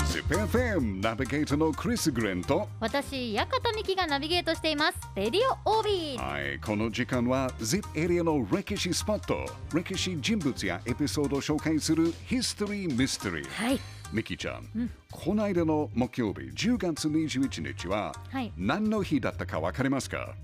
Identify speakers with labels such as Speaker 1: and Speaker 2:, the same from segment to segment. Speaker 1: FM ナビゲーターのクリス・グレンと
Speaker 2: 私館美希がナビゲートしていますレディオ OB
Speaker 1: はいこの時間は ZIP エリアの歴史スポット歴史人物やエピソードを紹介するヒストリー・ミステリー
Speaker 2: はい
Speaker 1: ミキちゃん、この間の木曜日10月21日は
Speaker 2: はい
Speaker 1: 何の日だったかわかりますか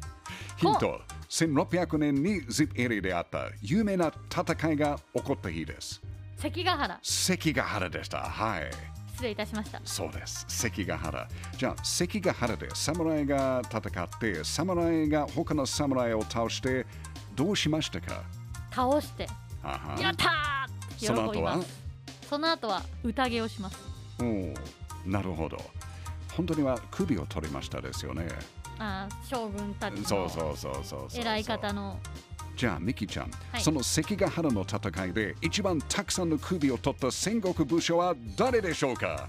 Speaker 1: ヒント1600年に ZIP エリアであった有名な戦いが起こった日です
Speaker 2: 関ヶ原
Speaker 1: 関ヶ原でしたはい
Speaker 2: 失礼いたしました
Speaker 1: そうです関ヶ原じゃあ関ヶ原で侍が戦って侍が他の侍を倒してどうしましたか
Speaker 2: 倒して
Speaker 1: はは
Speaker 2: やった
Speaker 1: その
Speaker 2: ー喜
Speaker 1: 後
Speaker 2: び
Speaker 1: は
Speaker 2: ますその後は宴をします
Speaker 1: おーなるほど本当には首を取りましたですよね
Speaker 2: あー将軍たち
Speaker 1: そ
Speaker 2: の
Speaker 1: うそうそうそうそう
Speaker 2: 偉い方の
Speaker 1: じゃあミキちゃん、
Speaker 2: はい
Speaker 1: その関ヶ原の戦いで一番たくさんの首を取った戦国武将は誰でしょうか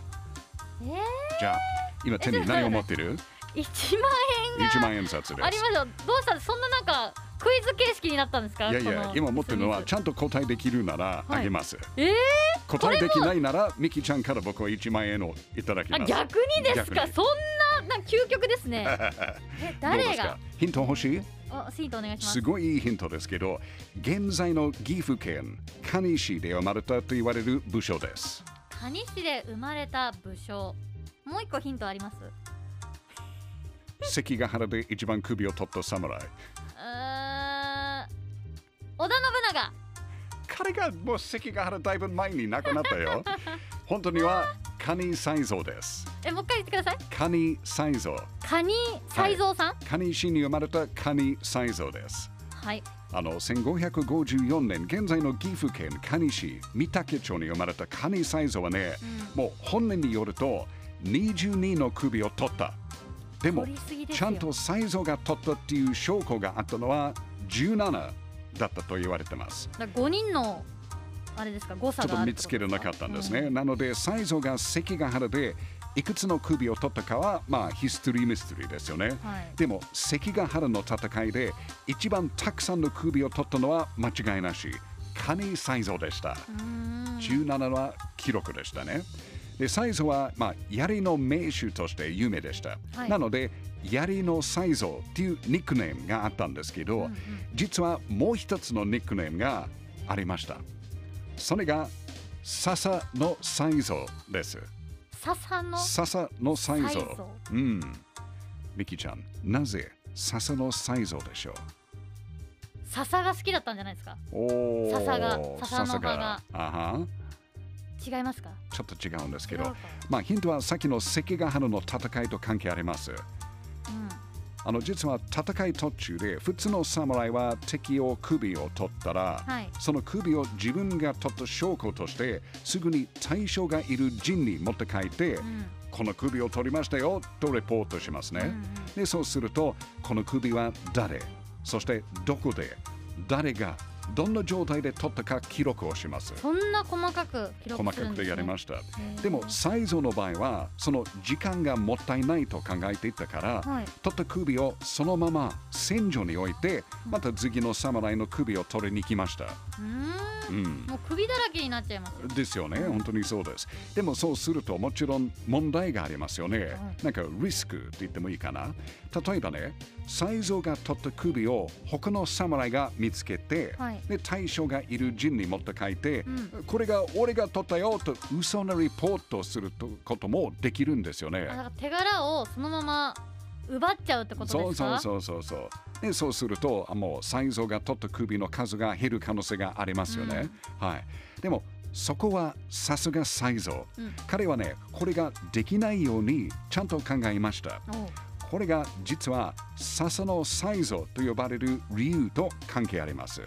Speaker 2: え ー
Speaker 1: じゃあ今手に何を持って る
Speaker 2: 1万円が
Speaker 1: 1万円札です
Speaker 2: ありますよどうしたそんななんかクイズ形式になったんですか
Speaker 1: いやい
Speaker 2: こ
Speaker 1: や
Speaker 2: の
Speaker 1: 今持ってるのは
Speaker 2: スイー
Speaker 1: ちゃんと答えできるなら
Speaker 2: はい
Speaker 1: あげます、
Speaker 2: ツえ
Speaker 1: 答えできないならミキちゃんから僕は1万円をいただき
Speaker 2: ー、あ
Speaker 1: ます
Speaker 2: 逆にですか
Speaker 1: 逆に
Speaker 2: そんななんか究極です ねえ
Speaker 1: どうで
Speaker 2: 誰
Speaker 1: す
Speaker 2: が
Speaker 1: かヒント欲しい
Speaker 2: おシートお願いします
Speaker 1: すごいいいヒントですけど現在の岐阜県蟹市で生まれたと言われる武将です
Speaker 2: 蟹市で生まれた武将もう一個ヒントありますう
Speaker 1: 関ヶ原で一番首を取った侍
Speaker 2: ーん織田信長
Speaker 1: 彼がもう関ヶ原だいぶ前に亡くなった よ本当には蟹才蔵です
Speaker 2: えもう一回言ってください
Speaker 1: 蟹才蔵
Speaker 2: カニ才蔵さんは
Speaker 1: 蟹
Speaker 2: い、
Speaker 1: 市に生まれた蟹才蔵ですあの1554年現在の岐阜県蟹市御嶽町に生まれた蟹才蔵はね、もう本年によると22の首を取ったでも
Speaker 2: 取りすぎです
Speaker 1: ち
Speaker 2: よ
Speaker 1: ゃんと才蔵が取ったっていう証拠があったのは17だったと言われてます
Speaker 2: だ5人のあれですか誤差
Speaker 1: ちょっ
Speaker 2: が
Speaker 1: と
Speaker 2: ある
Speaker 1: 見
Speaker 2: って
Speaker 1: つ
Speaker 2: こと
Speaker 1: け
Speaker 2: で
Speaker 1: れ
Speaker 2: すか
Speaker 1: なかったんですね、なので才蔵が関ヶ原でいくつの首を取ったかはまあヒストリーミステリーですよね、
Speaker 2: はい
Speaker 1: でも関ヶ原の戦いで一番たくさんの首を取ったのは間違いなし蟹才蔵でした、
Speaker 2: うーん
Speaker 1: 17は記録でしたね。で、サイズは、まあ、槍の名手として有名でした。
Speaker 2: はい
Speaker 1: なので、槍のサイズっていうニックネームがあったんですけど、実はもう一つのニックネームがありました。それが、笹のサイズです。
Speaker 2: 笹の
Speaker 1: 笹のサイズ
Speaker 2: サイズ。
Speaker 1: うん。ミキちゃん、なぜ笹のサイズでしょう
Speaker 2: 笹が好きだったんじゃないですか
Speaker 1: おー
Speaker 2: 笹が笹の葉が
Speaker 1: あは
Speaker 2: 違いますか
Speaker 1: ちょっと違うんですけ
Speaker 2: 違う
Speaker 1: ど
Speaker 2: か、
Speaker 1: まあ、ヒントはさっきの関ヶ原の戦いと関係あります。
Speaker 2: うん
Speaker 1: あの実は戦い途中で普通の侍は敵を首を取ったら、
Speaker 2: はい
Speaker 1: その首を自分が取った証拠としてすぐに対象がいる陣に持って帰って、
Speaker 2: ん
Speaker 1: この首を取りましたよとレポートしますね、でそうするとこの首は誰そしてどこで誰がどんな状態で取ったか記録をします
Speaker 2: そんな細かく記
Speaker 1: 細
Speaker 2: 録す
Speaker 1: か
Speaker 2: るん
Speaker 1: く
Speaker 2: です、ね、
Speaker 1: でやりま
Speaker 2: し
Speaker 1: したでもサイズの場合はその時間がもったいないと考えていたから、
Speaker 2: はい
Speaker 1: 取った首をそのまま戦場に置いてまた次の侍の首を取りに来ました、
Speaker 2: うーん
Speaker 1: うん
Speaker 2: もう首だらけになっちゃいますよ
Speaker 1: ですよね本当にそうですでもそうするともちろん問題がありますよね、なんかリスクって言ってもいいかな例えばねサイズが取った首を他の侍が見つけて、
Speaker 2: はい
Speaker 1: で対象がいる陣に持って書いて、
Speaker 2: う
Speaker 1: これが俺が取ったよと嘘のリポートするとこともできるんですよね、
Speaker 2: あだから手柄をそのまま奪っちゃうってことですかう
Speaker 1: そうそうそうそうそうでそうするとあもう才蔵が取った首の数が減る可能性がありますよね、はいでもそこはさすが才蔵、
Speaker 2: うん
Speaker 1: 彼はねこれができないようにちゃんと考えました
Speaker 2: おう
Speaker 1: これが実は笹の才蔵と呼ばれる理由と関係あります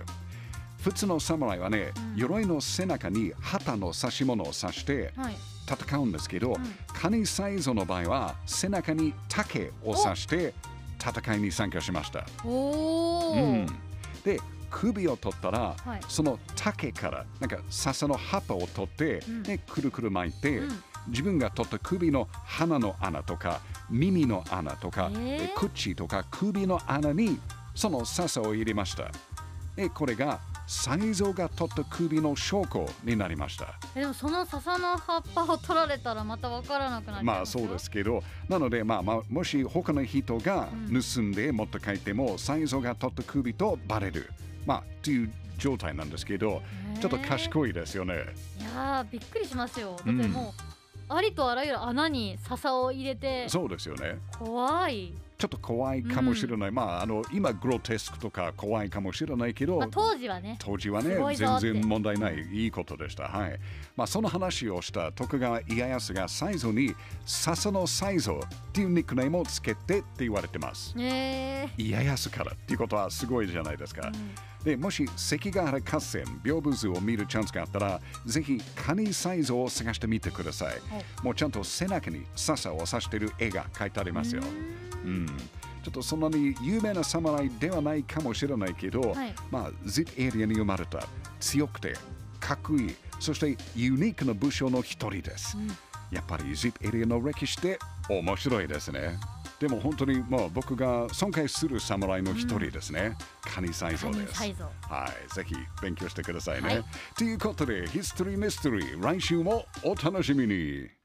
Speaker 1: 普通の侍はね、鎧の背中に旗の刺し物を刺して
Speaker 2: はい
Speaker 1: 戦うんですけど、カニサイゾの場合は背中に竹を刺して戦いに参加しました。
Speaker 2: お
Speaker 1: う
Speaker 2: ー
Speaker 1: んで首を取ったら、
Speaker 2: はい
Speaker 1: その竹からなんか笹の葉っぱを取って、
Speaker 2: うん
Speaker 1: でくるくる巻いて、
Speaker 2: うん
Speaker 1: 自分が取った首の鼻の穴とか耳の穴とか、
Speaker 2: えー
Speaker 1: で口とか首の穴にその笹を入れました。でこれが才蔵が取った首の証拠になりました。
Speaker 2: えでもその笹の葉っぱを取られたらまたわからなくなっちゃい
Speaker 1: まあ
Speaker 2: ます
Speaker 1: そ
Speaker 2: よ
Speaker 1: うですけど、なので、まあまあ、もし他の人が盗んで持って帰っても、才蔵が取った首とバレる、まあ、という状態なんですけど、ちょっと賢いですよね。
Speaker 2: いやーびっくりしますよだって
Speaker 1: うん
Speaker 2: もう、ありとあらゆる穴に笹を入れて
Speaker 1: そうですよね。
Speaker 2: 怖い、
Speaker 1: ちょっと怖いかもしれない。まあ、あの、今、グロテスクとか怖いかもしれないけど、
Speaker 2: まあ、当時はね
Speaker 1: 当時はね
Speaker 2: すごいぞ
Speaker 1: 全
Speaker 2: って
Speaker 1: 然問題ないいいことでしたはいまあその話をした徳川家康が才蔵に笹の才蔵っていうニックネームをつけてって言われてます
Speaker 2: え
Speaker 1: 家康からっていうことはすごいじゃないですか、
Speaker 2: ー
Speaker 1: でもし関ヶ原合戦屏風図を見るチャンスがあったらぜひカニサイズを探してみてください、もうちゃんと背中に笹を刺している絵が描いてありますよ、うん、ちょっとそんなに有名な侍ではないかもしれないけど、
Speaker 2: はい
Speaker 1: まあ ZIP エリアに生まれた強くてかっこいいそしてユニークな武将の一人です、やっぱり ZIP エリアの歴史って面白いですねでも本当にもう僕が尊敬する侍の一人ですね、カニサイズ
Speaker 2: カニ
Speaker 1: です
Speaker 2: サイズ
Speaker 1: はい、ぜひ勉強してくださいね。
Speaker 2: はい
Speaker 1: ということで、ヒストリーミステリー、来週もお楽しみに。